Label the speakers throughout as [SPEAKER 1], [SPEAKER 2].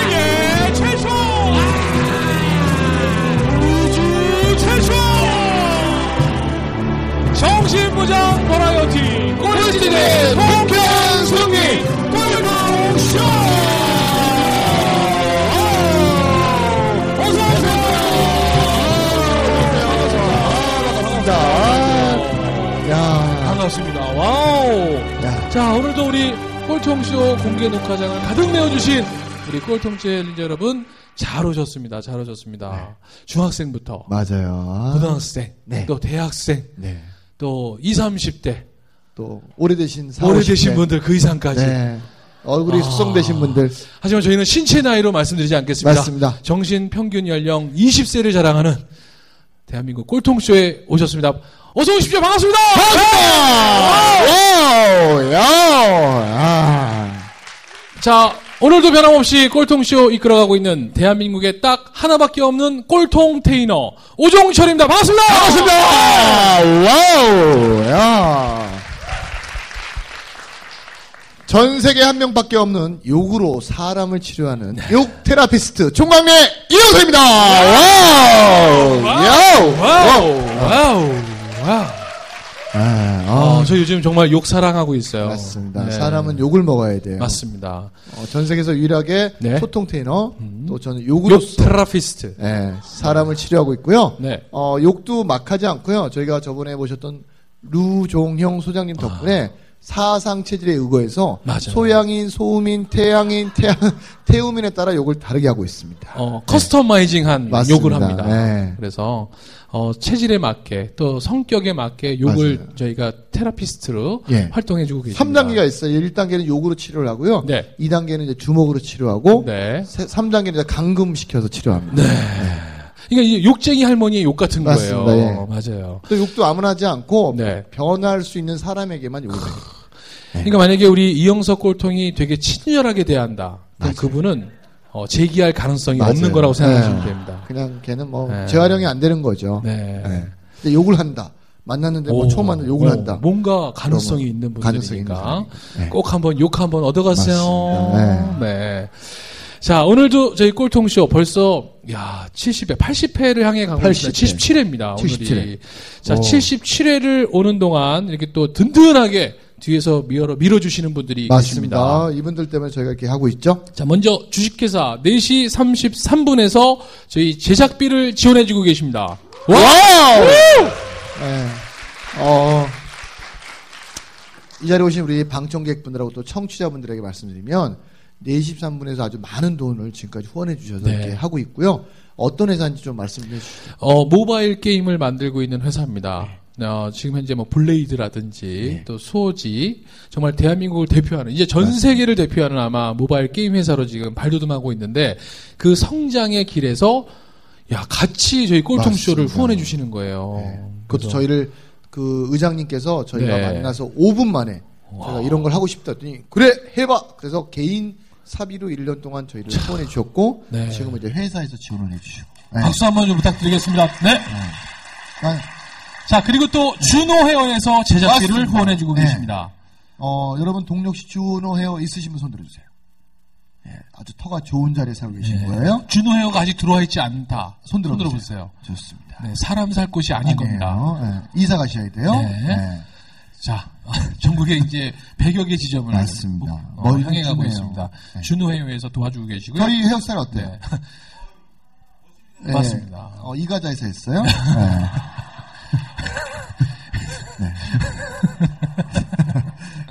[SPEAKER 1] 세계 예, 최초! 아, 예. 우주 최초! 정신부장 버라이어티 꼴찌대 통쾌한 승리 꼴봉쇼!
[SPEAKER 2] 아,
[SPEAKER 1] 어서오세요!
[SPEAKER 2] 야,
[SPEAKER 1] 반갑습니다. 와우!
[SPEAKER 2] 야,
[SPEAKER 1] 자, 오늘도 우리 꼴통쇼 공개 녹화장을 가득 내어주신 우리 꼴통 챌린저 여러분, 잘 오셨습니다. 잘 오셨습니다. 중학생부터,
[SPEAKER 2] 맞아요. 아,
[SPEAKER 1] 고등학생,
[SPEAKER 2] 네.
[SPEAKER 1] 또 대학생,
[SPEAKER 2] 네.
[SPEAKER 1] 또 20, 30대,
[SPEAKER 2] 또 오래되신 사오십
[SPEAKER 1] 오래되신
[SPEAKER 2] 대.
[SPEAKER 1] 분들 그 이상까지.
[SPEAKER 2] 네. 얼굴이
[SPEAKER 1] 아.
[SPEAKER 2] 숙성되신 분들
[SPEAKER 1] 하지만 저희는 신체 나이로 말씀드리지 않겠습니다.
[SPEAKER 2] 맞습니다.
[SPEAKER 1] 정신 평균 연령 20세를 자랑하는 대한민국 꼴통쇼에 오셨습니다. 어서 오십시오. 반갑습니다. 아.
[SPEAKER 2] 와우! 야! 아.
[SPEAKER 1] 자, 오늘도 변함없이 꼴통쇼 이끌어가고 있는 대한민국의 딱 하나밖에 없는 꼴통 테이너 오종철입니다. 반갑습니다.
[SPEAKER 2] 반갑습니다. 와우! 야! 전 세계 한 명밖에 없는 욕으로 사람을 치료하는
[SPEAKER 1] 네.
[SPEAKER 2] 욕 테라피스트 총각래 이영석입니다. 와우! 야우!
[SPEAKER 1] 와우, 와우, 와우.
[SPEAKER 2] 아,
[SPEAKER 1] 아,
[SPEAKER 2] 어,
[SPEAKER 1] 저 요즘 정말 욕 사랑하고 있어요.
[SPEAKER 2] 맞습니다.
[SPEAKER 1] 네.
[SPEAKER 2] 사람은 욕을 먹어야 돼요.
[SPEAKER 1] 맞습니다.
[SPEAKER 2] 어, 전 세계에서 유일하게
[SPEAKER 1] 네.
[SPEAKER 2] 소통 테이너 또 저는
[SPEAKER 1] 욕
[SPEAKER 2] 욕으로서
[SPEAKER 1] 테라피스트.
[SPEAKER 2] 예, 사람을 치료하고 있고요.
[SPEAKER 1] 네.
[SPEAKER 2] 어, 욕도 막 하지 않고요. 저희가 저번에 보셨던 루종형 소장님 덕분에 사상 체질에 의거해서
[SPEAKER 1] 아. 맞아요.
[SPEAKER 2] 소양인, 소음인, 태양인, 태양, 태우민에 따라 욕을 다르게 하고 있습니다.
[SPEAKER 1] 어, 커스터마이징한
[SPEAKER 2] 맞습니다.
[SPEAKER 1] 욕을 합니다.
[SPEAKER 2] 네.
[SPEAKER 1] 그래서 어, 체질에 맞게 또 성격에 맞게 욕을
[SPEAKER 2] 맞아요.
[SPEAKER 1] 저희가 테라피스트로
[SPEAKER 2] 예.
[SPEAKER 1] 활동해주고 계십니다.
[SPEAKER 2] 3단계가 있어요. 1단계는 욕으로 치료를 하고요.
[SPEAKER 1] 네.
[SPEAKER 2] 2단계는 이제 주먹으로 치료하고
[SPEAKER 1] 네.
[SPEAKER 2] 3단계는 감금시켜서 치료합니다.
[SPEAKER 1] 그러니까 이 욕쟁이 할머니의 욕 같은
[SPEAKER 2] 맞습니다.
[SPEAKER 1] 거예요.
[SPEAKER 2] 예. 어,
[SPEAKER 1] 맞아요.
[SPEAKER 2] 또 욕도 아무나 하지 않고
[SPEAKER 1] 네.
[SPEAKER 2] 변할 수 있는 사람에게만 욕을 해요.
[SPEAKER 1] 그러니까 만약에 우리 이영석 꼴통이 되게 친절하게 대한다. 그럼 그분은 어, 제기할 가능성이 없는
[SPEAKER 2] 맞아요.
[SPEAKER 1] 거라고 생각하시면
[SPEAKER 2] 네.
[SPEAKER 1] 됩니다.
[SPEAKER 2] 그냥 걔는 뭐
[SPEAKER 1] 네.
[SPEAKER 2] 재활용이 안 되는 거죠.
[SPEAKER 1] 네.
[SPEAKER 2] 네. 근데 욕을 한다. 만났는데 뭐
[SPEAKER 1] 오,
[SPEAKER 2] 처음 만나 욕을
[SPEAKER 1] 오, 뭐
[SPEAKER 2] 한다.
[SPEAKER 1] 뭔가 가능성이
[SPEAKER 2] 그러면
[SPEAKER 1] 있는
[SPEAKER 2] 가능성이
[SPEAKER 1] 분들이니까
[SPEAKER 2] 있는 사람이죠. 네.
[SPEAKER 1] 꼭 한번 욕 한번 얻어가세요.
[SPEAKER 2] 맞습니다.
[SPEAKER 1] 네. 자 오늘도 저희 꼴통쇼 벌써 야 70회, 80회를 향해 가고
[SPEAKER 2] 80회.
[SPEAKER 1] 있습니다. 77회입니다.
[SPEAKER 2] 77회.
[SPEAKER 1] 오늘이 자
[SPEAKER 2] 오.
[SPEAKER 1] 77회를 오는 동안 이렇게 또 든든하게 뒤에서 밀어 밀어주시는 분들이 계십니다.
[SPEAKER 2] 맞습니다. 이분들 때문에 저희가 이렇게 하고 있죠.
[SPEAKER 1] 자, 먼저 주식회사 4시 33분에서 저희 제작비를 지원해주고 계십니다.
[SPEAKER 2] 와우! 네. 어, 이 자리에 오신 우리 방청객분들하고 또 청취자분들에게 말씀드리면 43분에서 아주 많은 돈을 지금까지 후원해 주셔서
[SPEAKER 1] 네.
[SPEAKER 2] 이렇게 하고 있고요. 어떤 회사인지 좀 말씀해 주시죠.
[SPEAKER 1] 어, 모바일 게임을 만들고 있는 회사입니다.
[SPEAKER 2] 네.
[SPEAKER 1] 어, 지금 현재 뭐 블레이드라든지 또 수호지 정말 대한민국을 대표하는 이제 전 세계를 대표하는 아마 모바일 게임 회사로 지금 발돋움하고 있는데 그 성장의 길에서 야 같이 저희 꼴통쇼를
[SPEAKER 2] 맞습니다. 네.
[SPEAKER 1] 후원해 주시는 거예요.
[SPEAKER 2] 그것도 저희를 그 의장님께서 저희가
[SPEAKER 1] 어, 네.
[SPEAKER 2] 만나서 5분 만에 제가 이런 걸 하고 싶다 했더니 그래 해봐 그래서 개인 사비로 1년 동안 저희를 후원해 주셨고
[SPEAKER 1] 네. 아.
[SPEAKER 2] 지금 이제 회사에서 지원을 해주시고 네.
[SPEAKER 1] 박수 한번 좀 부탁드리겠습니다. 네.
[SPEAKER 2] 아,
[SPEAKER 1] 자 그리고 또 준호 헤어에서
[SPEAKER 2] 제작비를 맞습니다. 후원해주고 네. 계십니다. 어, 여러분 동력시 주노 헤어 있으신 분 손들어주세요 예, 아주 터가 좋은 자리에 살고 계신 거예요
[SPEAKER 1] 준호 헤어가 아직 들어와 있지 않다.
[SPEAKER 2] 손 들어보세요.
[SPEAKER 1] 네. 손들어보세요.
[SPEAKER 2] 좋습니다
[SPEAKER 1] 네, 사람 살 곳이 아닌 겁니다.
[SPEAKER 2] 그렇죠. 아니에요. 예, 이사 가셔야 돼요
[SPEAKER 1] 네. 자, 전국에 이제 100여 개 지점을
[SPEAKER 2] 맞습니다.
[SPEAKER 1] 어,
[SPEAKER 2] 머리
[SPEAKER 1] 향해 가고
[SPEAKER 2] 굵네요.
[SPEAKER 1] 있습니다.
[SPEAKER 2] 네.
[SPEAKER 1] 준호 헤어에서 도와주고 계시고요.
[SPEAKER 2] 저희 헤어스타일 어때요?
[SPEAKER 1] 네.
[SPEAKER 2] 예.
[SPEAKER 1] 맞습니다.
[SPEAKER 2] 어, 이가자에서 했어요. 네. 네.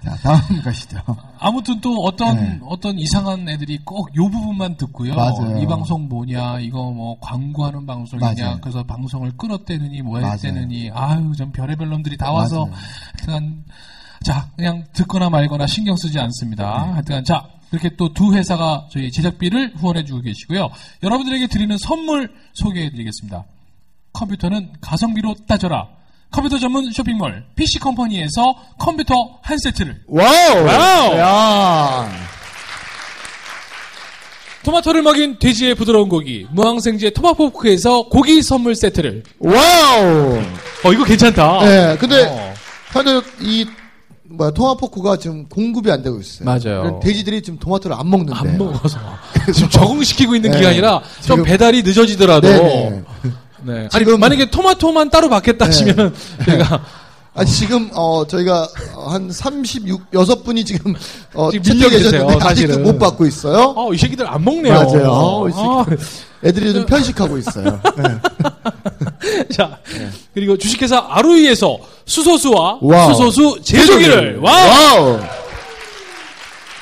[SPEAKER 2] 자,
[SPEAKER 3] 다음 가시죠.
[SPEAKER 1] 아무튼 또 어떤
[SPEAKER 3] 네.
[SPEAKER 1] 어떤 이상한 애들이 꼭 요 부분만 듣고요.
[SPEAKER 3] 맞아요.
[SPEAKER 1] 이 방송 뭐냐, 이거 뭐 광고하는 방송이냐,
[SPEAKER 3] 맞아요.
[SPEAKER 1] 그래서 방송을 끊었대느니 뭐
[SPEAKER 3] 맞아요.
[SPEAKER 1] 했대느니, 아유 전 별의별 놈들이 다 와서
[SPEAKER 3] 맞아요.
[SPEAKER 1] 하여튼간 자 그냥 듣거나 말거나 신경 쓰지 않습니다.
[SPEAKER 3] 네.
[SPEAKER 1] 하여튼간 자 이렇게 또 두 회사가 저희 제작비를 후원해주고 계시고요. 여러분들에게 드리는 선물 소개해드리겠습니다. 컴퓨터는 가성비로 따져라. 컴퓨터 전문 쇼핑몰 PC 컴퍼니에서 컴퓨터 한 세트를
[SPEAKER 2] 와우!
[SPEAKER 1] 와우!
[SPEAKER 2] 야.
[SPEAKER 1] 토마토를 먹인 돼지의 부드러운 고기 무항생제 토마포크에서 고기 선물 세트를
[SPEAKER 2] 와우!
[SPEAKER 1] 어 이거 괜찮다
[SPEAKER 2] 네, 근데 현재 이 뭐야, 토마포크가 지금 공급이 안 되고 있어요.
[SPEAKER 1] 맞아요.
[SPEAKER 2] 그런 돼지들이 지금 토마토를 안 먹는데.
[SPEAKER 1] 안 먹어서 지금 적응시키고 있는 기간이라 좀
[SPEAKER 2] 네. 지금-
[SPEAKER 1] 배달이 늦어지더라도
[SPEAKER 2] 네네.
[SPEAKER 1] 네. 아니
[SPEAKER 2] 지금- 네.
[SPEAKER 1] 만약에 토마토만 따로 받겠다 하시면은 제가
[SPEAKER 2] 아 지금 어 저희가 어, 한 36, 6분이 지금 어
[SPEAKER 1] 지금
[SPEAKER 2] 채택
[SPEAKER 1] 밀려 계세요,
[SPEAKER 2] 계셨는데 아직도
[SPEAKER 1] 사실은.
[SPEAKER 2] 못 받고 있어요.
[SPEAKER 1] 어 이 새끼들 안 먹네요
[SPEAKER 2] 맞아요. 어, 이
[SPEAKER 1] 아,
[SPEAKER 2] 애들이 좀 편식하고 있어요. 네.
[SPEAKER 1] 자 그리고 주식회사 아루이에서 수소수와
[SPEAKER 2] 와우.
[SPEAKER 1] 수소수 제조기를 와우 네.
[SPEAKER 2] 와우.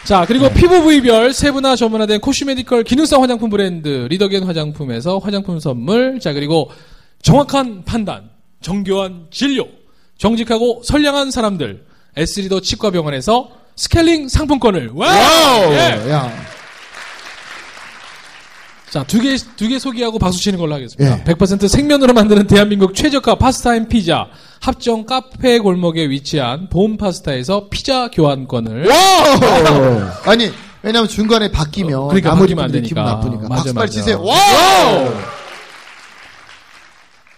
[SPEAKER 1] 자, 그리고 피부 부위별 세분화 전문화된 코슈메디컬 기능성 화장품 브랜드 리더겐 화장품에서 화장품 선물. 자, 그리고 정확한 판단, 정교한 진료, 정직하고 선량한 사람들. 에스리더 치과병원에서 스케일링 상품권을. 와우!
[SPEAKER 2] 와우.
[SPEAKER 1] 예.
[SPEAKER 2] 야.
[SPEAKER 1] 자, 두 개, 두 개 소개하고 박수 치는 걸로 하겠습니다.
[SPEAKER 2] 예.
[SPEAKER 1] 100% 생면으로 만드는 대한민국 최저가 파스타인 피자. 합정 카페 골목에 위치한 보험 파스타에서 피자 교환권을.
[SPEAKER 2] 와우. 아니 왜냐면 중간에 바뀌면
[SPEAKER 1] 그러니까
[SPEAKER 2] 나머지
[SPEAKER 1] 바뀌면 안
[SPEAKER 2] 분들이
[SPEAKER 1] 되니까.
[SPEAKER 2] 기분
[SPEAKER 1] 네.
[SPEAKER 2] 나쁘니까.
[SPEAKER 1] 맞아,
[SPEAKER 2] 박수발
[SPEAKER 1] 맞아.
[SPEAKER 2] 치세요. 와우.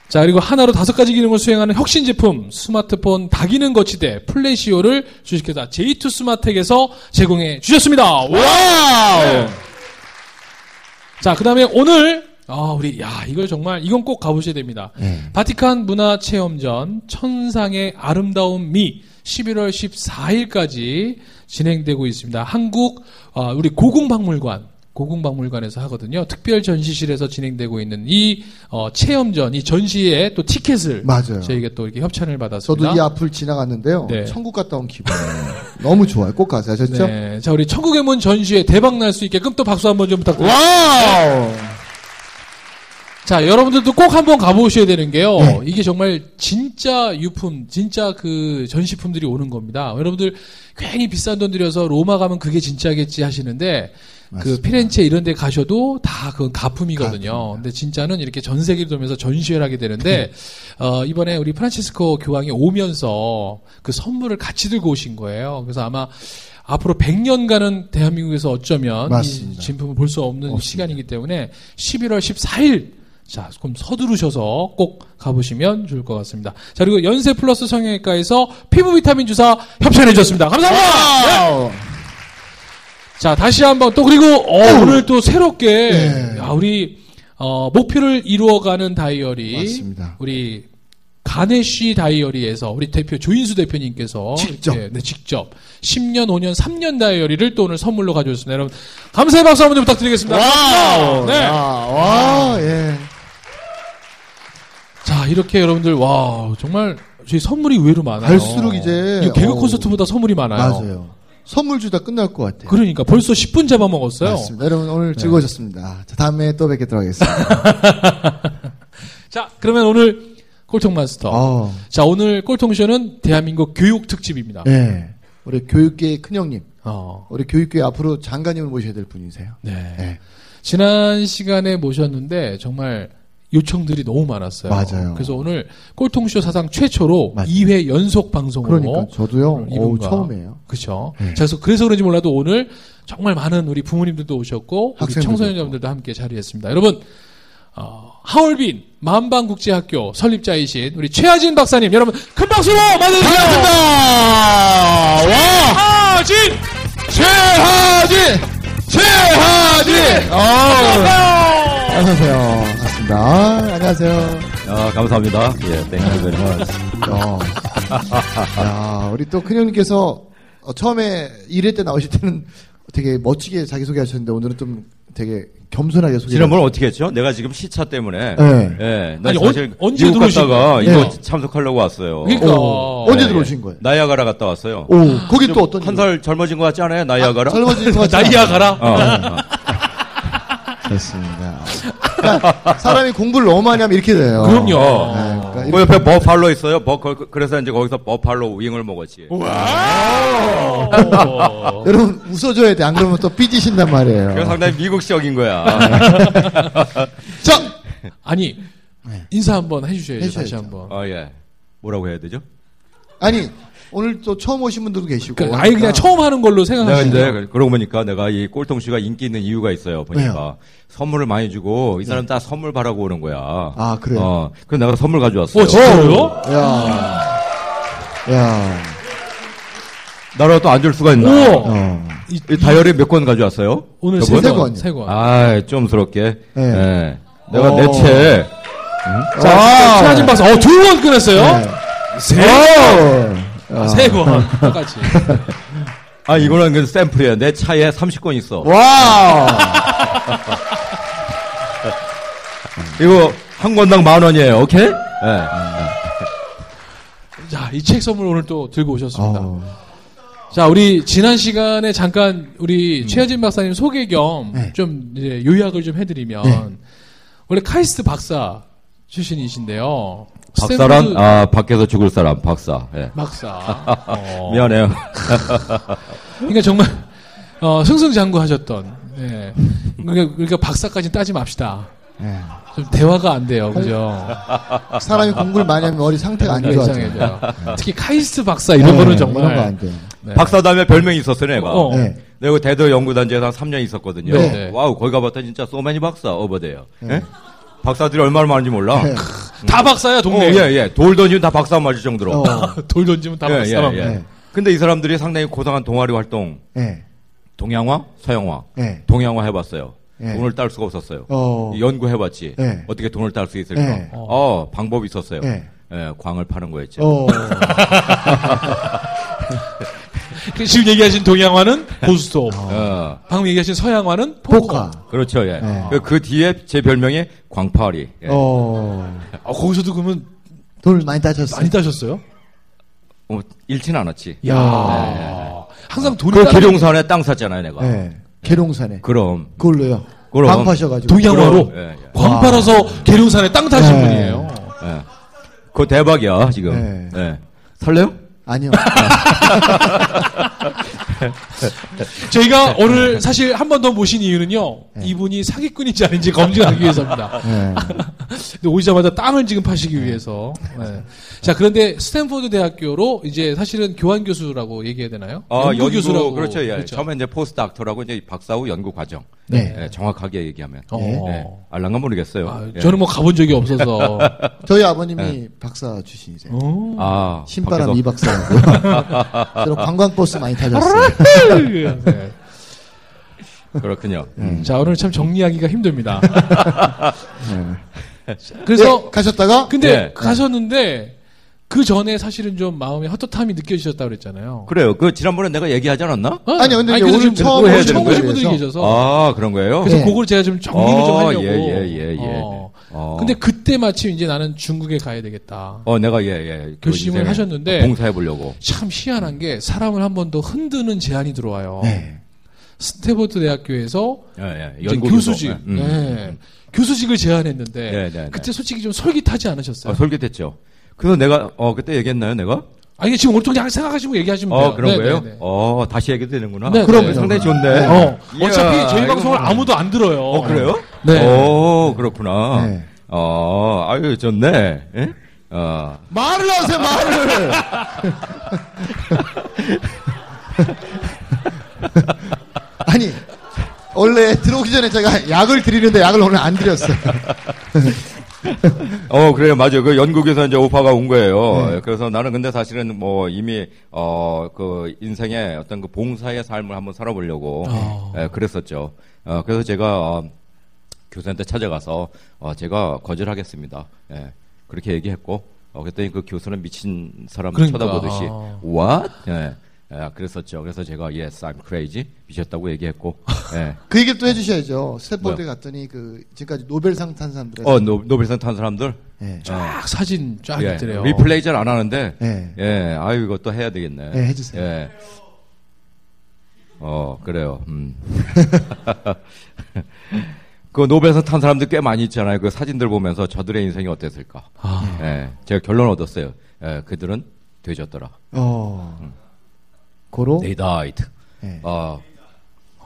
[SPEAKER 1] 자, 그리고 하나로 다섯 가지 기능을 수행하는 혁신 제품, 스마트폰 다기능 거치대 플래시오를 주식회사 J2 스마텍에서 제공해 주셨습니다. 와우!
[SPEAKER 2] 네.
[SPEAKER 1] 자, 그 다음에 오늘, 아, 우리, 야, 이걸 정말, 이건 꼭 가보셔야 됩니다.
[SPEAKER 2] 네.
[SPEAKER 1] 바티칸 문화체험전, 천상의 아름다운 미, 11월 14일까지 진행되고 있습니다. 한국, 아, 우리 고궁박물관, 고궁박물관에서 하거든요. 특별 전시실에서 진행되고 있는 이 어, 체험전, 이 전시에 또 티켓을
[SPEAKER 2] 맞아요.
[SPEAKER 1] 저희가 또 이렇게 협찬을 받았습니다.
[SPEAKER 2] 저도 이 앞을 지나갔는데요.
[SPEAKER 1] 네.
[SPEAKER 2] 천국 갔다 온 기분이에요. 네. 너무 좋아요. 꼭 가세요. 아셨죠?
[SPEAKER 1] 네, 자 우리 천국의 문 전시회 대박 날 수 있게끔 또 박수 한번 좀 부탁드립니다.
[SPEAKER 2] 와우.
[SPEAKER 1] 자, 여러분들도 꼭 한번 가보셔야 되는 게요.
[SPEAKER 2] 네.
[SPEAKER 1] 이게 정말 진짜 유품, 진짜 그 전시품들이 오는 겁니다. 여러분들 괜히 비싼 돈 들여서 로마 가면 그게 진짜겠지 하시는데 그 피렌체 이런 데 가셔도 다 그건 가품이거든요. 근데 진짜는 이렇게 전 세계를 돌면서 전시회를 하게
[SPEAKER 2] 네.
[SPEAKER 1] 되는데 어, 이번에 우리 프란치스코 교황이 오면서 그 선물을 같이 들고 오신 거예요. 그래서 아마 앞으로 100년간은 대한민국에서 어쩌면 이
[SPEAKER 2] 맞습니다.
[SPEAKER 1] 진품을 볼 수 없는 시간이기 때문에 11월 14일 자, 그럼 서두르셔서 꼭 가보시면 좋을 것 같습니다. 자, 그리고 연세 플러스 성형외과에서 피부 비타민 주사 협찬해 주셨습니다. 감사합니다. 네.
[SPEAKER 2] 와우.
[SPEAKER 1] 자, 다시 한번 또 그리고 어, 오늘 또 새롭게
[SPEAKER 2] 음. 네.
[SPEAKER 1] 야, 우리 어, 목표를 이루어가는 다이어리
[SPEAKER 2] 맞습니다.
[SPEAKER 1] 우리 가네쉬 다이어리에서 우리 대표 조인수 대표님께서
[SPEAKER 2] 직접.
[SPEAKER 1] 예, 네, 직접 10년, 5년, 3년 다이어리를 또 오늘 선물로 가져오셨습니다. 여러분 감사의 박수 한번 부탁드리겠습니다.
[SPEAKER 2] 와우.
[SPEAKER 1] 네. 아!
[SPEAKER 2] 야, 아! 와, 예.
[SPEAKER 1] 자, 이렇게 여러분들, 와, 정말, 저희 선물이 의외로 많아요.
[SPEAKER 2] 갈수록 이제,
[SPEAKER 1] 이거 개그
[SPEAKER 2] 어.
[SPEAKER 1] 콘서트보다 선물이 많아요.
[SPEAKER 2] 맞아요. 선물 주다 끝날 것 같아요.
[SPEAKER 1] 그러니까 벌써 10분 잡아먹었어요.
[SPEAKER 2] 맞습니다. 여러분 오늘
[SPEAKER 1] 네.
[SPEAKER 2] 즐거우셨습니다. 자, 다음에 또 뵙겠도록 하겠습니다.
[SPEAKER 1] 자, 그러면 오늘 꼴통마스터.
[SPEAKER 2] 어.
[SPEAKER 1] 자, 오늘 꼴통쇼는 대한민국 교육 특집입니다.
[SPEAKER 2] 네. 우리 교육계의 큰형님,
[SPEAKER 1] 어.
[SPEAKER 2] 우리 교육계 앞으로 장관님을 모셔야 될 분이세요.
[SPEAKER 1] 네.
[SPEAKER 2] 네.
[SPEAKER 1] 지난 시간에 모셨는데 정말 요청들이 너무 많았어요.
[SPEAKER 2] 맞아요.
[SPEAKER 1] 그래서 오늘 꼴통쇼 사상 최초로
[SPEAKER 2] 맞아요.
[SPEAKER 1] 2회 연속 방송으로
[SPEAKER 2] 그러니까 저도요. 오,
[SPEAKER 1] 이분과.
[SPEAKER 2] 처음이에요. 네.
[SPEAKER 1] 그렇죠. 그래서 그래서 그런지 몰라도 오늘 정말 많은 우리 부모님들도 오셨고 우리
[SPEAKER 2] 학생들도
[SPEAKER 1] 청소년자분들도 함께 자리했습니다. 여러분 어, 하얼빈 만방국제학교 설립자이신 우리 최하진 박사님 여러분 큰 박수로 맞아주세요. 하진
[SPEAKER 2] 최하진! 최하진! 어.
[SPEAKER 1] 박사!
[SPEAKER 2] 안녕하세요. 반갑습니다. 아, 안녕하세요.
[SPEAKER 4] 아, 감사합니다. 예, 땡큐 베리 머치.
[SPEAKER 2] 아, 야, 야, 우리 또 큰형님께서 어, 처음에 1회 때 나오실 때는 되게 멋지게 자기소개하셨는데 오늘은 좀 되게 겸손하게 소개를
[SPEAKER 4] 지난번 어떻게 했죠? 내가 지금 시차 때문에.
[SPEAKER 2] 예. 네.
[SPEAKER 4] 예. 나
[SPEAKER 1] 아니,
[SPEAKER 4] 사실
[SPEAKER 1] 언- 언제
[SPEAKER 4] 미국
[SPEAKER 1] 들어오신
[SPEAKER 4] 갔다가
[SPEAKER 2] 거예요?
[SPEAKER 4] 이거
[SPEAKER 2] 네.
[SPEAKER 4] 참석하려고 왔어요.
[SPEAKER 1] 그러니까.
[SPEAKER 2] 어, 언제 들어오신 거예요?
[SPEAKER 4] 나이아가라 갔다 왔어요.
[SPEAKER 1] 네.
[SPEAKER 2] 오, 거기 또 어떤
[SPEAKER 4] 한 살 젊어진 것 같지 않아요? 나이아가라?
[SPEAKER 2] 젊어지는 것 같지
[SPEAKER 1] 나이야 가라.
[SPEAKER 4] 어, 어.
[SPEAKER 2] 됐습니다. 그러니까 사람이 공부를 너무 많이 하면 이렇게 돼요.
[SPEAKER 1] 그럼요.
[SPEAKER 2] 네, 그러니까
[SPEAKER 4] 그
[SPEAKER 2] 이렇게
[SPEAKER 4] 옆에 버팔로 있어요. 버, 그- 그래서 이제 거기서 버팔로 윙을 먹었지.
[SPEAKER 1] 어.
[SPEAKER 2] 여러분 웃어줘야 돼. 안 그러면 또 삐지신단
[SPEAKER 4] 그거
[SPEAKER 2] 말이에요.
[SPEAKER 4] 상당히 미국적인 거야.
[SPEAKER 2] 아, 네. 자,
[SPEAKER 1] 아니 인사 한번 해주셔야죠.
[SPEAKER 2] 해주셔야죠.
[SPEAKER 1] 다시 한번.
[SPEAKER 4] 어, 예. 뭐라고 해야 되죠?
[SPEAKER 2] 아니 오늘 또 처음 오신 분들도 계시고.
[SPEAKER 1] 그러니까 아예
[SPEAKER 2] 하니까
[SPEAKER 1] 그냥 처음 하는 걸로
[SPEAKER 4] 내가
[SPEAKER 1] 생각하시는
[SPEAKER 4] 이제
[SPEAKER 1] 거예요.
[SPEAKER 4] 그러고 보니까 내가 이 꼴통 씨가 인기 있는 이유가 있어요. 보니까
[SPEAKER 2] 왜요? 네.
[SPEAKER 4] 선물을 많이 주고 이 사람 다 선물 바라고 오는 거야.
[SPEAKER 2] 아, 그래요?
[SPEAKER 4] 어, 그래서 내가 선물 가져왔어요.
[SPEAKER 1] 어 진짜요?
[SPEAKER 2] 야, 야,
[SPEAKER 4] 나라고 또안 줄 수가 있나?
[SPEAKER 1] 우와.
[SPEAKER 2] 어.
[SPEAKER 1] 이-
[SPEAKER 4] 이 다이어리 몇 권 가져왔어요?
[SPEAKER 1] 오늘
[SPEAKER 4] 저번?
[SPEAKER 2] 세 권.
[SPEAKER 1] 세권세 권.
[SPEAKER 4] 아, 좀스럽게.
[SPEAKER 2] 네.
[SPEAKER 4] 예. 내가
[SPEAKER 2] 어.
[SPEAKER 4] 내채
[SPEAKER 2] 와.
[SPEAKER 1] 최하진 박사. 어, 두 권 끊었어요. 세
[SPEAKER 2] 어.
[SPEAKER 1] 아, 세 권. 똑같이.
[SPEAKER 4] 아, 이거는 그 샘플이야. 내 차에 30권 있어.
[SPEAKER 2] 와,
[SPEAKER 4] 이거 한 권당 만 원이에요. 오케이? 예.
[SPEAKER 1] 자, 이 책 선물 오늘 또 들고 오셨습니다.
[SPEAKER 2] 어.
[SPEAKER 1] 자, 우리 지난 시간에 잠깐 우리 최하진 박사님 소개 겸 좀 이제 요약을 좀 해드리면 원래 카이스트 박사 출신이신데요.
[SPEAKER 4] 박사란
[SPEAKER 1] 스탠퍼드
[SPEAKER 4] 아 밖에서 죽을 사람 박사. 예.
[SPEAKER 1] 박사. 어.
[SPEAKER 4] 미안해요.
[SPEAKER 1] 그러니까 정말 어, 승승장구하셨던. 예. 그러니까, 그러니까 박사까지 따지 맙시다.
[SPEAKER 2] 예.
[SPEAKER 1] 좀 대화가 안 돼요, 그죠? 그
[SPEAKER 2] 사람이 공부를 많이 하면 머리 상태가 안 좋아져요.
[SPEAKER 1] 이상해져요.
[SPEAKER 4] 예.
[SPEAKER 1] 특히 카이스트 박사 이런
[SPEAKER 2] 네,
[SPEAKER 1] 거는 정말
[SPEAKER 2] 이런 거안 돼.
[SPEAKER 1] 네.
[SPEAKER 4] 박사 다음에 별명이 있었어 내가.
[SPEAKER 1] 어.
[SPEAKER 2] 네.
[SPEAKER 4] 내가 그 대도 연구단지에서 한 3년 있었거든요.
[SPEAKER 1] 네, 네.
[SPEAKER 4] 와우 거기 가봤더니 진짜 소매니 박사 어버데요. 예? 박사들이 얼마나 많은지 몰라.
[SPEAKER 2] 네.
[SPEAKER 1] 다 박사야 그 동네.
[SPEAKER 4] 어, 예예 돌 던지면 다 박사 맞을 정도로.
[SPEAKER 2] 어.
[SPEAKER 1] 돌 던지면 다
[SPEAKER 4] 예, 예,
[SPEAKER 1] 박사.
[SPEAKER 4] 예.
[SPEAKER 2] 네.
[SPEAKER 4] 근데 이 사람들이 상당히 고상한 동아리 활동,
[SPEAKER 2] 예.
[SPEAKER 4] 동양화, 서양화,
[SPEAKER 2] 네.
[SPEAKER 4] 동양화 해봤어요.
[SPEAKER 2] 네.
[SPEAKER 4] 돈을 딸 수가 없었어요.
[SPEAKER 2] 어.
[SPEAKER 4] 연구해봤지.
[SPEAKER 2] 네.
[SPEAKER 4] 어떻게 돈을 딸 수 있을까?
[SPEAKER 2] 네.
[SPEAKER 4] 어. 방법이 있었어요.
[SPEAKER 2] 네.
[SPEAKER 4] 예, 광을 파는 거였죠.
[SPEAKER 2] 어.
[SPEAKER 1] 그 지금 얘기하신 동양화는 고스톱.
[SPEAKER 4] 어.
[SPEAKER 1] 방금 얘기하신 서양화는 포카.
[SPEAKER 2] 포카.
[SPEAKER 4] 그렇죠, 예.
[SPEAKER 2] 네.
[SPEAKER 4] 그, 그 뒤에 제 별명이 광파리. 예. 어.
[SPEAKER 2] 어.
[SPEAKER 1] 아, 거기서도 그러면
[SPEAKER 2] 돈을 많이 따셨어요.
[SPEAKER 1] 많이 따셨어요?
[SPEAKER 4] 어, 잃진 않았지.
[SPEAKER 2] 야.
[SPEAKER 1] 예. 항상 돈이
[SPEAKER 4] 아. 그
[SPEAKER 1] 따
[SPEAKER 4] 계룡산에 땅 샀잖아요, 내가.
[SPEAKER 2] 예. 계룡산에.
[SPEAKER 4] 그럼.
[SPEAKER 2] 그걸로요.
[SPEAKER 4] 그럼.
[SPEAKER 2] 방파셔가지고.
[SPEAKER 1] 동양화로
[SPEAKER 4] 그럼, 예, 예.
[SPEAKER 1] 광 팔아서 계룡산에 땅 타신
[SPEAKER 2] 네.
[SPEAKER 1] 분이에요.
[SPEAKER 4] 예. 그거 대박이야, 지금.
[SPEAKER 2] 네.
[SPEAKER 4] 예. 설레요?
[SPEAKER 2] 아니요.
[SPEAKER 1] 저희가 오늘 사실 한 번 더 모신 이유는요. 이분이 사기꾼인지 아닌지 검증하기 위해서입니다.
[SPEAKER 2] 예.
[SPEAKER 1] 근데 오시자마자 땅을 지금 파시기 위해서. 네. 자, 그런데 스탠포드 대학교로 이제 사실은 교환 교수라고 얘기해야 되나요? 연구 교수라고.
[SPEAKER 4] 아, 그렇죠, 예.
[SPEAKER 1] 그렇죠?
[SPEAKER 4] 처음에 이제 포스트 닥터라고 이제 박사 후 연구 과정.
[SPEAKER 2] 네.
[SPEAKER 4] 예, 정확하게 얘기하면.
[SPEAKER 1] 어.
[SPEAKER 4] 예. 알랑가 모르겠어요.
[SPEAKER 1] 아,
[SPEAKER 4] 예.
[SPEAKER 1] 저는 뭐 가본 적이 없어서.
[SPEAKER 2] 저희 아버님이 박사 출신이세요.
[SPEAKER 4] 아,
[SPEAKER 2] 신바람
[SPEAKER 4] 밖에서-
[SPEAKER 2] 이 박사라고. 주로 관광버스 많이 타셨어요.
[SPEAKER 1] 네.
[SPEAKER 4] 그렇군요.
[SPEAKER 1] 자, 오늘 참 정리하기가 힘듭니다. 자, 그래서
[SPEAKER 2] 예, 가셨다가
[SPEAKER 1] 근데
[SPEAKER 4] 예.
[SPEAKER 1] 가셨는데 그 전에 사실은 좀 마음에 헛헛함이 느껴지셨다고 그랬잖아요.
[SPEAKER 4] 그래요. 그 지난번에 내가 얘기하지 않았나?
[SPEAKER 1] 어?
[SPEAKER 2] 아니, 근데 이제
[SPEAKER 1] 그래서
[SPEAKER 2] 오늘
[SPEAKER 1] 지금
[SPEAKER 2] 처음
[SPEAKER 1] 오신-
[SPEAKER 4] 오신
[SPEAKER 1] 처음 오신
[SPEAKER 2] 분들에
[SPEAKER 1] 분들이
[SPEAKER 2] 대해서.
[SPEAKER 1] 계셔서 아,
[SPEAKER 4] 아, 그런 거예요?
[SPEAKER 1] 그래서
[SPEAKER 2] 예.
[SPEAKER 1] 그걸 제가 좀 정리를 좀
[SPEAKER 4] 어,
[SPEAKER 1] 하려고.
[SPEAKER 4] 예, 예, 예, 예.
[SPEAKER 1] 어.
[SPEAKER 4] 어.
[SPEAKER 1] 근데 그때 마침 이제 나는 중국에 가야 되겠다.
[SPEAKER 4] 어, 내가 예, 예. 그
[SPEAKER 1] 결심을
[SPEAKER 4] 인생에
[SPEAKER 1] 하셨는데
[SPEAKER 4] 봉사해 보려고.
[SPEAKER 1] 참 희한한 게 사람을 한 번 더 흔드는 제안이 들어와요. 스탠퍼드 대학교에서
[SPEAKER 4] 예, 예.
[SPEAKER 1] 이제
[SPEAKER 4] 연구
[SPEAKER 1] 교수직,
[SPEAKER 4] 교수. 음.
[SPEAKER 1] 예. 교수직을 제안했는데
[SPEAKER 4] 네, 네, 네.
[SPEAKER 1] 그때 솔직히 좀 솔깃하지 않으셨어요?
[SPEAKER 4] 아, 솔깃했죠. 그래서 내가 어 그때 얘기했나요, 내가?
[SPEAKER 1] 아, 이게 지금 오늘 그냥 생각하시고 얘기하시면 돼요.
[SPEAKER 4] 어 그런
[SPEAKER 1] 네,
[SPEAKER 4] 거예요.
[SPEAKER 1] 네, 네.
[SPEAKER 4] 어 다시 얘기 되는구나.
[SPEAKER 1] 네,
[SPEAKER 2] 그럼요.
[SPEAKER 1] 네.
[SPEAKER 4] 상당히 좋네.
[SPEAKER 2] 네.
[SPEAKER 1] 어,
[SPEAKER 4] 이야,
[SPEAKER 1] 어차피 저희
[SPEAKER 4] 이거
[SPEAKER 1] 방송을 아무도 안 들어요.
[SPEAKER 4] 어 그래요?
[SPEAKER 1] 네.
[SPEAKER 4] 오 그렇구나.
[SPEAKER 2] 네.
[SPEAKER 4] 어 아유 좋네. 예? 어
[SPEAKER 2] 말을 하세요 말을. 아니 원래 들어오기 전에 제가 약을 드리는데 약을 오늘 안 드렸어요.
[SPEAKER 4] 어, 그래요. 맞아요. 그 영국에서 이제 오파가 온 거예요.
[SPEAKER 1] 네.
[SPEAKER 4] 그래서 나는 근데 사실은 뭐 이미 어, 그 인생의 어떤 그 봉사의 삶을 한번 살아보려고 예, 그랬었죠. 어, 그래서 제가 어, 교수한테 찾아가서 어, 제가 거절하겠습니다. 예. 그렇게 얘기했고 어, 그랬더니 그 교수는 미친 사람
[SPEAKER 1] 그러니까.
[SPEAKER 4] 쳐다보듯이
[SPEAKER 1] 아.
[SPEAKER 4] what? 예. 예, 예, 그랬었죠. 그래서 제가 yes, I'm crazy 미쳤다고 얘기했고, 예.
[SPEAKER 2] 그 얘기를 또 해주셔야죠. 스탠포드
[SPEAKER 4] 뭐요?
[SPEAKER 2] 갔더니 그 지금까지 노벨상 탄 사람들의
[SPEAKER 4] 어 아. 노, 노벨상 탄 사람들
[SPEAKER 2] 예.
[SPEAKER 1] 쫙 사진 쫙
[SPEAKER 4] 예,
[SPEAKER 1] 있더래요.
[SPEAKER 4] 리플레이 잘 안 하는데,
[SPEAKER 2] 예.
[SPEAKER 4] 예, 아유 이것도 해야 되겠네.
[SPEAKER 2] 예, 해주세요.
[SPEAKER 4] 예. 어 그래요. 음. 그 노벨상 탄 사람들 꽤 많이 있잖아요. 그 사진들 보면서 저들의 인생이 어땠을까.
[SPEAKER 1] 아.
[SPEAKER 4] 예, 제가 결론 얻었어요. 예, 그들은 되졌더라.
[SPEAKER 2] 어. 고로
[SPEAKER 4] They died.
[SPEAKER 2] 예.
[SPEAKER 4] 아,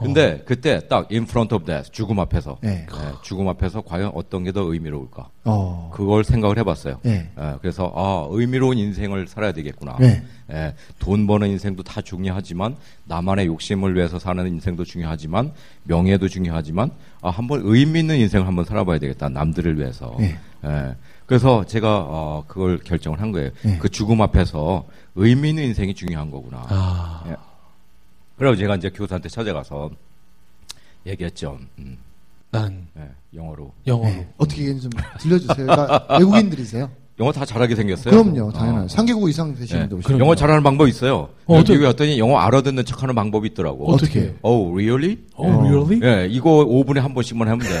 [SPEAKER 4] 근데 그때 딱 in front of death 죽음 앞에서
[SPEAKER 2] 네.
[SPEAKER 4] 예, 죽음 앞에서 과연 어떤 게 더 의미로울까
[SPEAKER 2] 어.
[SPEAKER 4] 그걸 생각을 해봤어요.
[SPEAKER 2] 네.
[SPEAKER 4] 예, 그래서 아 의미로운 인생을 살아야 되겠구나.
[SPEAKER 2] 네.
[SPEAKER 4] 예, 돈 버는 인생도 다 중요하지만 나만의 욕심을 위해서 사는 인생도 중요하지만 명예도 중요하지만 아, 한번 의미 있는 인생을 한번 살아봐야 되겠다 남들을 위해서.
[SPEAKER 2] 네.
[SPEAKER 4] 예, 그래서 제가 어, 그걸 결정을 한 거예요.
[SPEAKER 2] 네.
[SPEAKER 4] 그 죽음 앞에서 의미 있는 인생이 중요한 거구나.
[SPEAKER 1] 아.
[SPEAKER 4] 예. 그리고 제가 이제 교사한테 찾아가서 얘기했죠. 음,
[SPEAKER 1] 난
[SPEAKER 4] 예, 영어로.
[SPEAKER 1] 영어로.
[SPEAKER 2] 어떻게 얘기 좀 들려주세요. 그러니까 외국인들이세요.
[SPEAKER 4] 영어 다 잘하게 생겼어요.
[SPEAKER 2] 그럼요,
[SPEAKER 4] 어.
[SPEAKER 2] 당연하요. 상계국 이상
[SPEAKER 4] 예,
[SPEAKER 2] 되시는 분들 오시면.
[SPEAKER 1] 그럼요.
[SPEAKER 4] 영어 잘하는 방법이 있어요.
[SPEAKER 1] 어, 어떻게-
[SPEAKER 4] 미국에 왔더니 영어 알아듣는 척하는 방법이 있더라고.
[SPEAKER 1] 어떻게 해요?
[SPEAKER 4] Oh, really?
[SPEAKER 1] Oh, really?
[SPEAKER 4] 예, 이거 5분에 한 번씩만 하면 돼.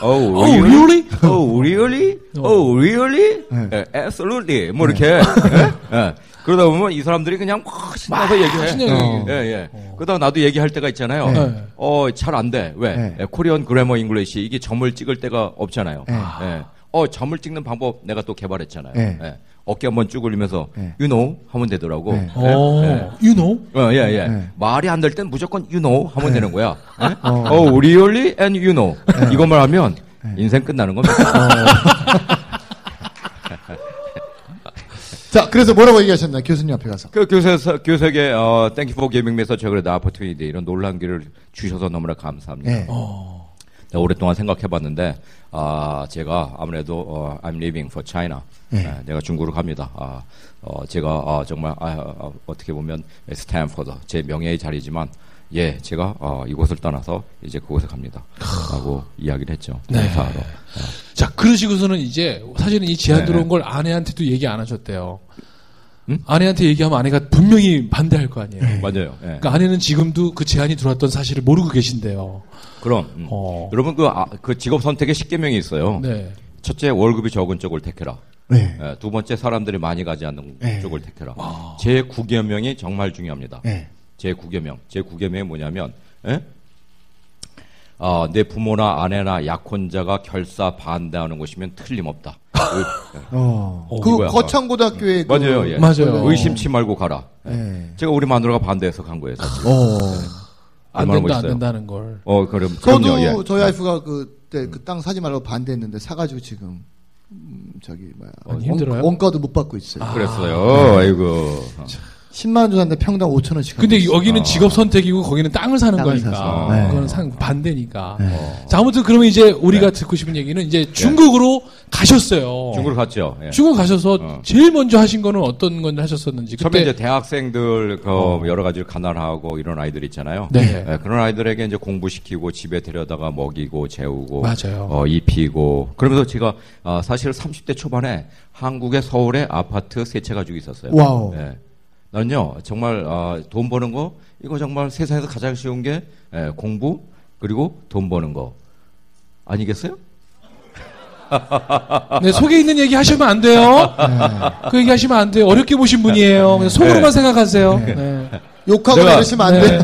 [SPEAKER 4] Oh,
[SPEAKER 1] Oh, really? 어. 네.
[SPEAKER 4] Oh, really? Oh, really? 예, absolutely. 뭐 이렇게. 예, 예. 그러다 보면 이 사람들이 그냥 막 신나서 얘기해.
[SPEAKER 1] 신나게 얘기해. 어.
[SPEAKER 4] 예, 예. 그러다 나도 얘기할 때가 있잖아요.
[SPEAKER 1] 네.
[SPEAKER 4] 어, 잘 안 돼. 왜?
[SPEAKER 2] 네.
[SPEAKER 4] 예, 코리안 그래머 잉글리시 이게 점을 찍을 때가 없잖아요.
[SPEAKER 2] 네.
[SPEAKER 4] 예. 어, 점을 찍는 방법 내가 또 개발했잖아요.
[SPEAKER 2] 네.
[SPEAKER 4] 예. 어깨 한번 쭉 올리면서
[SPEAKER 2] 네.
[SPEAKER 4] you know 하면 되더라고. 예,
[SPEAKER 2] 네.
[SPEAKER 1] 어,
[SPEAKER 4] 예.
[SPEAKER 1] you know?
[SPEAKER 4] 어, 예, 예.
[SPEAKER 2] 네.
[SPEAKER 4] 말이 안 될 땐 무조건 you know 하면 되는 거야. 예?
[SPEAKER 2] 어. 네.
[SPEAKER 4] Oh, really and you know. 이것만 하면 인생 끝나는
[SPEAKER 2] 어.
[SPEAKER 4] 겁니다.
[SPEAKER 2] 자, 그래서 뭐라고 얘기하셨나요? 교수님 앞에 가서.
[SPEAKER 4] 그 교수에서, 교수에게 어, Thank you for giving me such a great opportunity. 이런 놀라운 기회를 주셔서 너무나 감사합니다.
[SPEAKER 2] 예.
[SPEAKER 4] 내가 네, 오랫동안 생각해봤는데 아 제가 아무래도 어, I'm leaving for China. 예, 내가 중국으로 갑니다. 아, 어, 제가 아, 정말 아, 아, 어떻게 보면 스탠퍼드 제 명예의 자리지만 예 제가 어, 이곳을 떠나서 이제 그곳에 갑니다.라고 이야기를 했죠.
[SPEAKER 1] 네.
[SPEAKER 4] 인사로.
[SPEAKER 1] 자, 그러시고서는 이제 사실은 이 제안 들어온 걸 아내한테도 얘기 안 하셨대요. 아내한테 얘기하면 아내가 분명히 반대할 거 아니에요.
[SPEAKER 4] 맞아요. 예.
[SPEAKER 1] 그러니까 아내는 지금도 그 제안이 들어왔던 사실을 모르고 계신데요.
[SPEAKER 4] 그럼 음.
[SPEAKER 1] 어.
[SPEAKER 4] 여러분 그, 아, 그 직업 선택에 10개명이 있어요.
[SPEAKER 1] 네.
[SPEAKER 4] 첫째 월급이 적은 쪽을 택해라.
[SPEAKER 2] 네.
[SPEAKER 4] 예, 두 번째 사람들이 많이 가지 않는
[SPEAKER 2] 예.
[SPEAKER 1] 네.
[SPEAKER 4] 쪽을 택해라.
[SPEAKER 1] 아.
[SPEAKER 4] 제 9개명이 정말 중요합니다.
[SPEAKER 2] 예.
[SPEAKER 4] 제 9계명. 제 9계명이 뭐냐면, 예? 아, 내 부모나 아내나 약혼자가 결사 반대하는 것이면 틀림없다. 의-
[SPEAKER 2] 어.
[SPEAKER 1] 어,
[SPEAKER 2] 그
[SPEAKER 4] 이거야.
[SPEAKER 2] 거창고등학교에 그
[SPEAKER 4] 맞아요, 예.
[SPEAKER 1] 맞아요.
[SPEAKER 4] 의심치 말고 가라. 예.
[SPEAKER 2] 예.
[SPEAKER 4] 제가 우리 마누라가 반대해서 간 거예요. 사실.
[SPEAKER 2] 어.
[SPEAKER 1] 안
[SPEAKER 4] 얼마나
[SPEAKER 1] 된다, 안
[SPEAKER 4] 멋있어요.
[SPEAKER 1] 된다는 걸.
[SPEAKER 4] 어, 그럼
[SPEAKER 2] 저도
[SPEAKER 4] 그럼요, 예. 음.
[SPEAKER 2] 저희 와이프가 그때 그 땅 사지 말라고 반대했는데 사가지고 지금 음, 저기 뭐야
[SPEAKER 1] 아니, 힘들어요?
[SPEAKER 2] 원, 가도못 받고 있어요.
[SPEAKER 4] 아. 그랬어요. 아이고.
[SPEAKER 2] 10만 원 줬는데 평당 5천 원씩.
[SPEAKER 1] 근데
[SPEAKER 2] 하고 그 있어요.
[SPEAKER 1] 여기는 직업 선택이고 거기는 땅을 사는
[SPEAKER 2] 땅을
[SPEAKER 1] 거니까.
[SPEAKER 2] 사서. 네.
[SPEAKER 1] 그건 상 반대니까. 어. 자, 아무튼 그러면 이제 우리가 듣고 싶은 얘기는 이제 중국으로 가셨어요.
[SPEAKER 4] 중국으로 갔죠. 예.
[SPEAKER 1] 중국 가셔서 제일 먼저 하신 거는 어떤 건 하셨었는지.
[SPEAKER 4] 처음에 이제 대학생들 그 여러 가지를 가난하고 이런 아이들 있잖아요.
[SPEAKER 1] 어. 네.
[SPEAKER 4] 예, 그런 아이들에게 이제 공부시키고 집에 데려다가 먹이고 재우고
[SPEAKER 1] 맞아요.
[SPEAKER 4] 어, 입히고 그러면서 제가 아, 사실 30대 초반에 한국의 서울에 아파트 세 채 가지고 있었어요.
[SPEAKER 2] 와우.
[SPEAKER 4] 예. 나는요 정말 아, 돈 버는 거 이거 정말 세상에서 가장 쉬운 게 예, 공부 그리고 돈 버는 거 아니겠어요?
[SPEAKER 1] 네, 속에 있는 얘기 하시면 안 돼요. 그 얘기 하시면 안 돼요. 어렵게 보신 분이에요. 그냥 속으로만 생각하세요. 네.
[SPEAKER 2] 욕하고
[SPEAKER 4] 내가-
[SPEAKER 2] 이러시면 안
[SPEAKER 1] 네.
[SPEAKER 2] 돼요.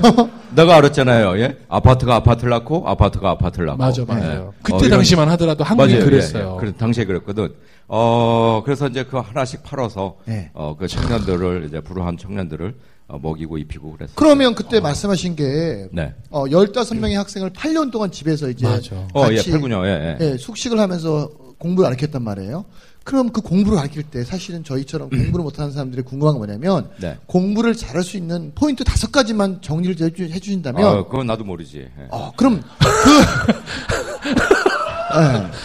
[SPEAKER 4] 내가 알았잖아요. 예? 아파트가 아파트를 낳고 아파트가 아파트를 낳고.
[SPEAKER 1] 맞아,
[SPEAKER 4] 예.
[SPEAKER 1] 맞아요.
[SPEAKER 4] 어,
[SPEAKER 1] 그때
[SPEAKER 4] 이런-
[SPEAKER 1] 당시만 하더라도 한국이
[SPEAKER 4] 맞아요.
[SPEAKER 1] 그랬어요.
[SPEAKER 4] 예, 예. 그래, 당시에 그랬거든. 어, 그래서 이제 그 하나씩 팔아서
[SPEAKER 2] 네.
[SPEAKER 4] 어, 그 청년들을 이제 불우한 청년들을 어, 먹이고 입히고 그랬어요.
[SPEAKER 2] 그러면 그때 말씀하신 게
[SPEAKER 4] 아. 네.
[SPEAKER 2] 어, 15명의 학생을 8년 동안 집에서 이제
[SPEAKER 1] 맞아.
[SPEAKER 4] 어, 예,
[SPEAKER 2] 같이
[SPEAKER 4] 팔군요. 예, 예.
[SPEAKER 2] 예, 숙식을 하면서 공부를 가르쳤단 말이에요. 그럼 그 공부를 가르칠 때 사실은 저희처럼 공부를 못하는 사람들이 궁금한 게 뭐냐면
[SPEAKER 4] 음. 네.
[SPEAKER 2] 공부를 잘할 수 있는 포인트 다섯 가지만 정리를
[SPEAKER 4] 아,
[SPEAKER 2] 해주- 해주신다면
[SPEAKER 4] 네. 어, 그건 나도 모르지. 예.
[SPEAKER 2] 어, 그럼 예.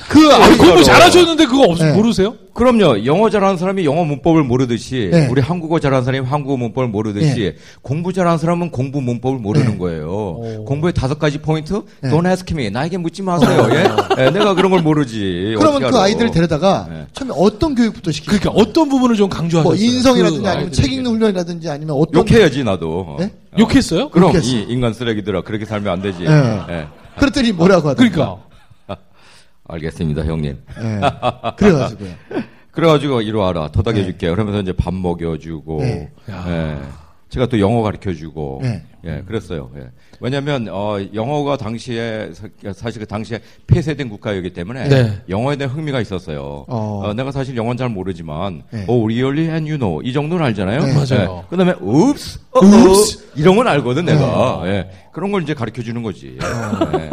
[SPEAKER 1] 그 아, 공부
[SPEAKER 4] 진짜로.
[SPEAKER 1] 잘하셨는데 그거 없,
[SPEAKER 2] 네.
[SPEAKER 1] 모르세요?
[SPEAKER 4] 그럼요. 영어 잘하는 사람이 영어 문법을 모르듯이
[SPEAKER 2] 네.
[SPEAKER 4] 우리 한국어 잘하는 사람이 한국어 문법을
[SPEAKER 2] 예.
[SPEAKER 4] 모르듯이 공부 잘하는 사람은 공부 문법을 모르는
[SPEAKER 2] 네.
[SPEAKER 4] 거예요. 공부의 다섯 가지 포인트
[SPEAKER 2] 네.
[SPEAKER 4] Don't ask me. 나에게 묻지 마세요. 예? 예, 내가 그런 걸 모르지.
[SPEAKER 2] 어. 그러면
[SPEAKER 4] 어떻게
[SPEAKER 2] 그
[SPEAKER 4] 알아.
[SPEAKER 2] 아이들을 데려다가
[SPEAKER 4] 네.
[SPEAKER 2] 처음에 어떤 교육부터 시키고
[SPEAKER 1] 그러니까 어떤 부분을 좀 강조하셨어요?
[SPEAKER 2] 뭐 인성이라든지
[SPEAKER 1] 그
[SPEAKER 2] 아니면
[SPEAKER 1] 아이들에게. 아.
[SPEAKER 2] 책 읽는 훈련이라든지 아니면 어떤
[SPEAKER 4] 욕해야지 나도.
[SPEAKER 2] 네?
[SPEAKER 4] 어.
[SPEAKER 1] 욕했어요?
[SPEAKER 4] 그럼
[SPEAKER 2] 욕했어.
[SPEAKER 4] 이 인간 쓰레기들아 그렇게 살면 안 되지.
[SPEAKER 2] 네.
[SPEAKER 4] 예.
[SPEAKER 2] 그랬더니 뭐라고 하더라
[SPEAKER 1] 그러니까
[SPEAKER 4] 알겠습니다, 형님.
[SPEAKER 2] 예. 그래가지고요.
[SPEAKER 4] 그래가지고 이리 와라 토닥여줄게 그러면서 이제 밥 먹여주고
[SPEAKER 2] 네.
[SPEAKER 4] 예. 제가 또 영어 가르쳐주고
[SPEAKER 2] 네.
[SPEAKER 4] 예 그랬어요 예. 왜냐하면 어, 영어가 당시에 사- 사실 그 당시에 폐쇄된 국가이기 때문에
[SPEAKER 1] 네.
[SPEAKER 4] 영어에 대한 흥미가 있었어요
[SPEAKER 2] 어.
[SPEAKER 4] 어, 내가 사실 영어는 잘 모르지만 어,
[SPEAKER 2] 네.
[SPEAKER 4] 오 really and you know 이 정도는 알잖아요
[SPEAKER 2] 네.
[SPEAKER 1] 맞아요.
[SPEAKER 4] 예. 그다음에 oops 어, 어,
[SPEAKER 1] Oops.
[SPEAKER 4] 이런 건 알거든 내가
[SPEAKER 2] 네.
[SPEAKER 4] 예. 그런 걸 이제 가르쳐주는 거지
[SPEAKER 2] 어.
[SPEAKER 4] 예.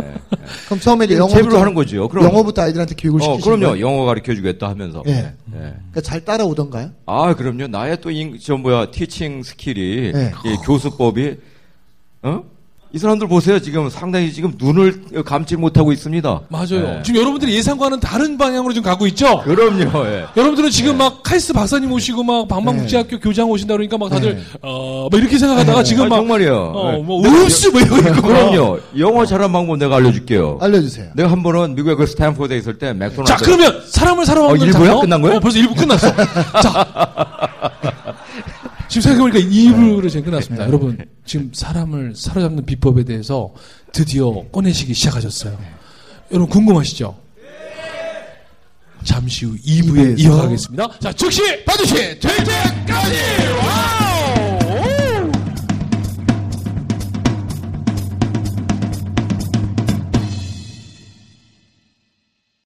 [SPEAKER 2] 그럼 처음에 이제
[SPEAKER 4] 제대로
[SPEAKER 2] 예, 영어부터
[SPEAKER 4] 하는 거지요 그럼
[SPEAKER 2] 영어부터 아이들한테 교육을
[SPEAKER 4] 어,
[SPEAKER 2] 시키시는
[SPEAKER 4] 그럼요
[SPEAKER 2] 거예요?
[SPEAKER 4] 영어 가르쳐주겠다 하면서
[SPEAKER 2] 네.
[SPEAKER 4] 예.
[SPEAKER 2] 그러니까 잘 따라오던가요?
[SPEAKER 4] 아, 그럼요. 나의 또, 인, 저, 뭐야, 티칭 스킬이,
[SPEAKER 2] 네.
[SPEAKER 4] 이 교수법이, 어? 이 사람들 보세요. 지금 상당히 지금 눈을 감지 못하고 있습니다.
[SPEAKER 1] 맞아요.
[SPEAKER 4] 예.
[SPEAKER 1] 지금 여러분들이 예상과는 다른 방향으로 지금 가고 있죠.
[SPEAKER 4] 그럼요, 예.
[SPEAKER 1] 여러분들은 지금 막 카이스 박사님 오시고 막 방방국제학교 교장 오신다 그러니까 막 다들
[SPEAKER 2] 네.
[SPEAKER 1] 어막 이렇게 생각하다가 지금
[SPEAKER 4] 아,
[SPEAKER 1] 막
[SPEAKER 4] 정말이에요.
[SPEAKER 1] 어,
[SPEAKER 4] 네.
[SPEAKER 1] 뭐 우스 뭐 이러고 있고
[SPEAKER 4] 그럼요. 영어 잘하는 방법 내가 알려줄게요.
[SPEAKER 2] 알려주세요.
[SPEAKER 4] 내가 한 번은 미국의 그 스탠포드에 있을 때 맥도날드.
[SPEAKER 1] 자 그러면 사람을
[SPEAKER 4] 어,
[SPEAKER 1] 사랑하는
[SPEAKER 4] 일부야? 끝난 거예요?
[SPEAKER 1] 어, 벌써 일부 끝났어. 자 지금 생각해보니까 일부를 지금
[SPEAKER 4] 네.
[SPEAKER 1] 끝났습니다. 여러분 지금 사람을 사로잡는 비법에 대해서 드디어 꺼내시기 시작하셨어요.
[SPEAKER 4] 네.
[SPEAKER 1] 여러분 궁금하시죠? 잠시 후 2부에
[SPEAKER 2] 이부에서.
[SPEAKER 1] 이어가겠습니다. 자 즉시 반드시 퇴직!